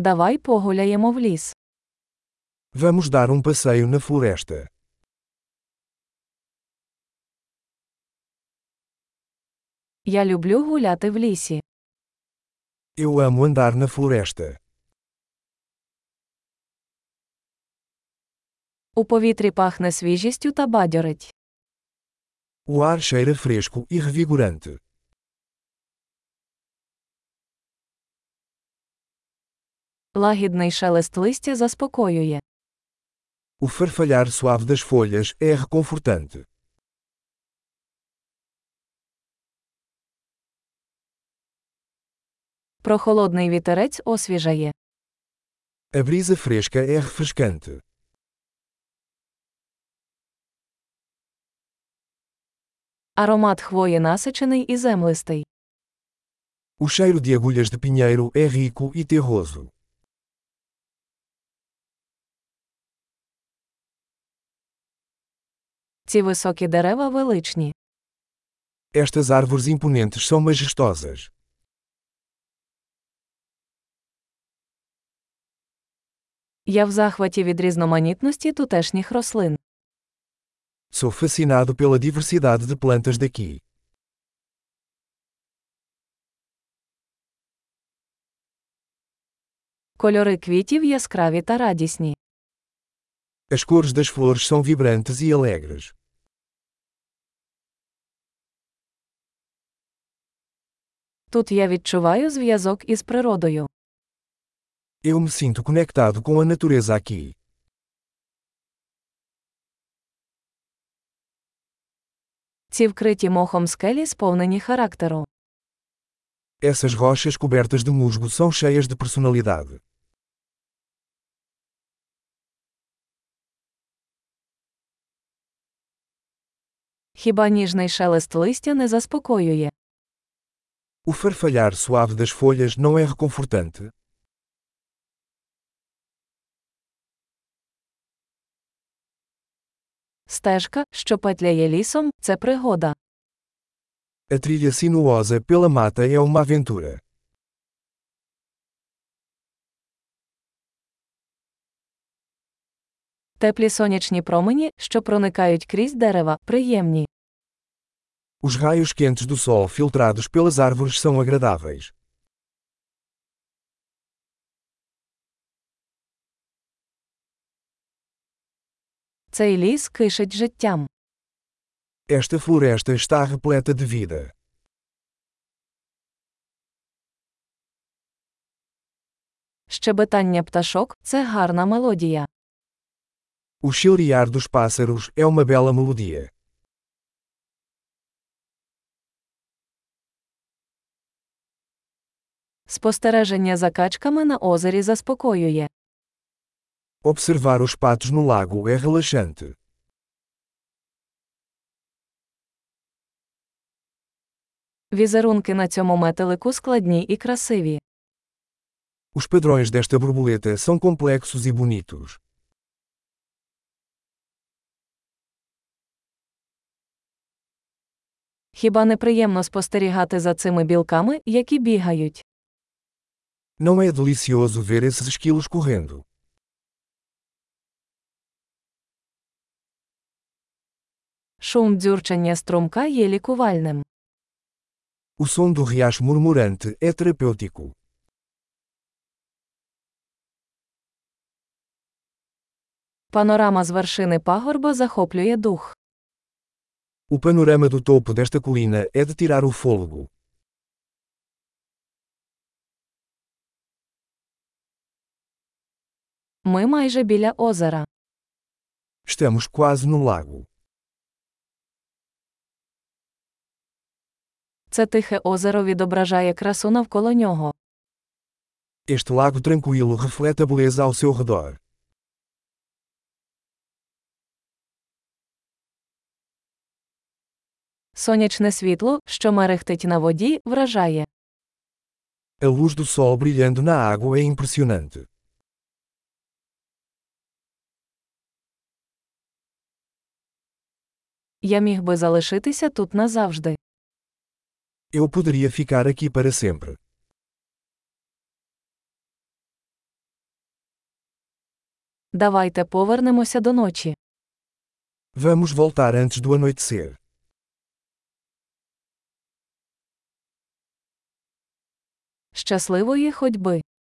Давай погуляємо в ліс. Vamos dar um passeio na floresta. Я люблю гуляти в лісі. Eu amo andar na floresta. У повітрі пахне свіжістю та бадьорить. O ar cheira fresco e revigorante. Лагідний шелест листя заспокоює. O farfalhar suave das folhas é reconfortante. Прохолодний вітерець освіжає. A brisa fresca é refrescante. Аромат хвої насичений і землистий. O cheiro de agulhas de pinheiro é rico e terroso. Ці високі дерева величні. Estas árvores imponentes são majestosas. Я в захваті від різноманітності тутешніх рослин. Sou fascinado pela diversidade de plantas daqui. Кольори квітів яскраві та радісні. As cores das flores são vibrantes e alegres. Тут я відчуваю зв'язок із природою. Eu me sinto conectado com a natureza aqui. Ці вкриті мохом скелі сповнені характеру. Essas rochas cobertas de musgo são cheias de personalidade. Хіба ніжний шелест листя не заспокоює? O farfalhar suave das folhas não é reconfortante. Стежка, що петляє лісом, це пригода. A trilha sinuosa pela mata é uma aventura. Теплі сонячні промені, що проникають крізь дерева, приємні. Os raios quentes do sol filtrados pelas árvores são agradáveis. Цей ліс кишить життям. Esta floresta está repleta de vida. Щебетання пташок це гарна мелодія. O chilrear dos pássaros é uma bela melodia. Спостереження за качками на озері заспокоює. Observar os patos no lago é relaxante. Візерунки на цьому метелику складні і красиві. Os padrões desta borboleta são complexos e bonitos. Хіба не приємно спостерігати за цими білками, які бігають? Não é delicioso ver esses esquilos correndo. Шум дзюрчання струмка є лікувальним. O som do riacho murmurante é terapêutico. Панорама з вершини пагорба захоплює дух. O panorama do topo desta colina é de tirar o fôlego. Ми майже біля озера. Estamos quase no lago. Це тихе озеро відображає красу навколо нього. Este lago tranquilo reflete a beleza ao seu redor. Сонячне світло, що мерехтить на воді, вражає. A luz do sol brilhando na água é impressionante. Я міг би залишитися тут назавжди. Eu poderia ficar aqui para sempre. Давайте повернемося до ночі. Vamos voltar antes do anoitecer. Щасливої ходьби!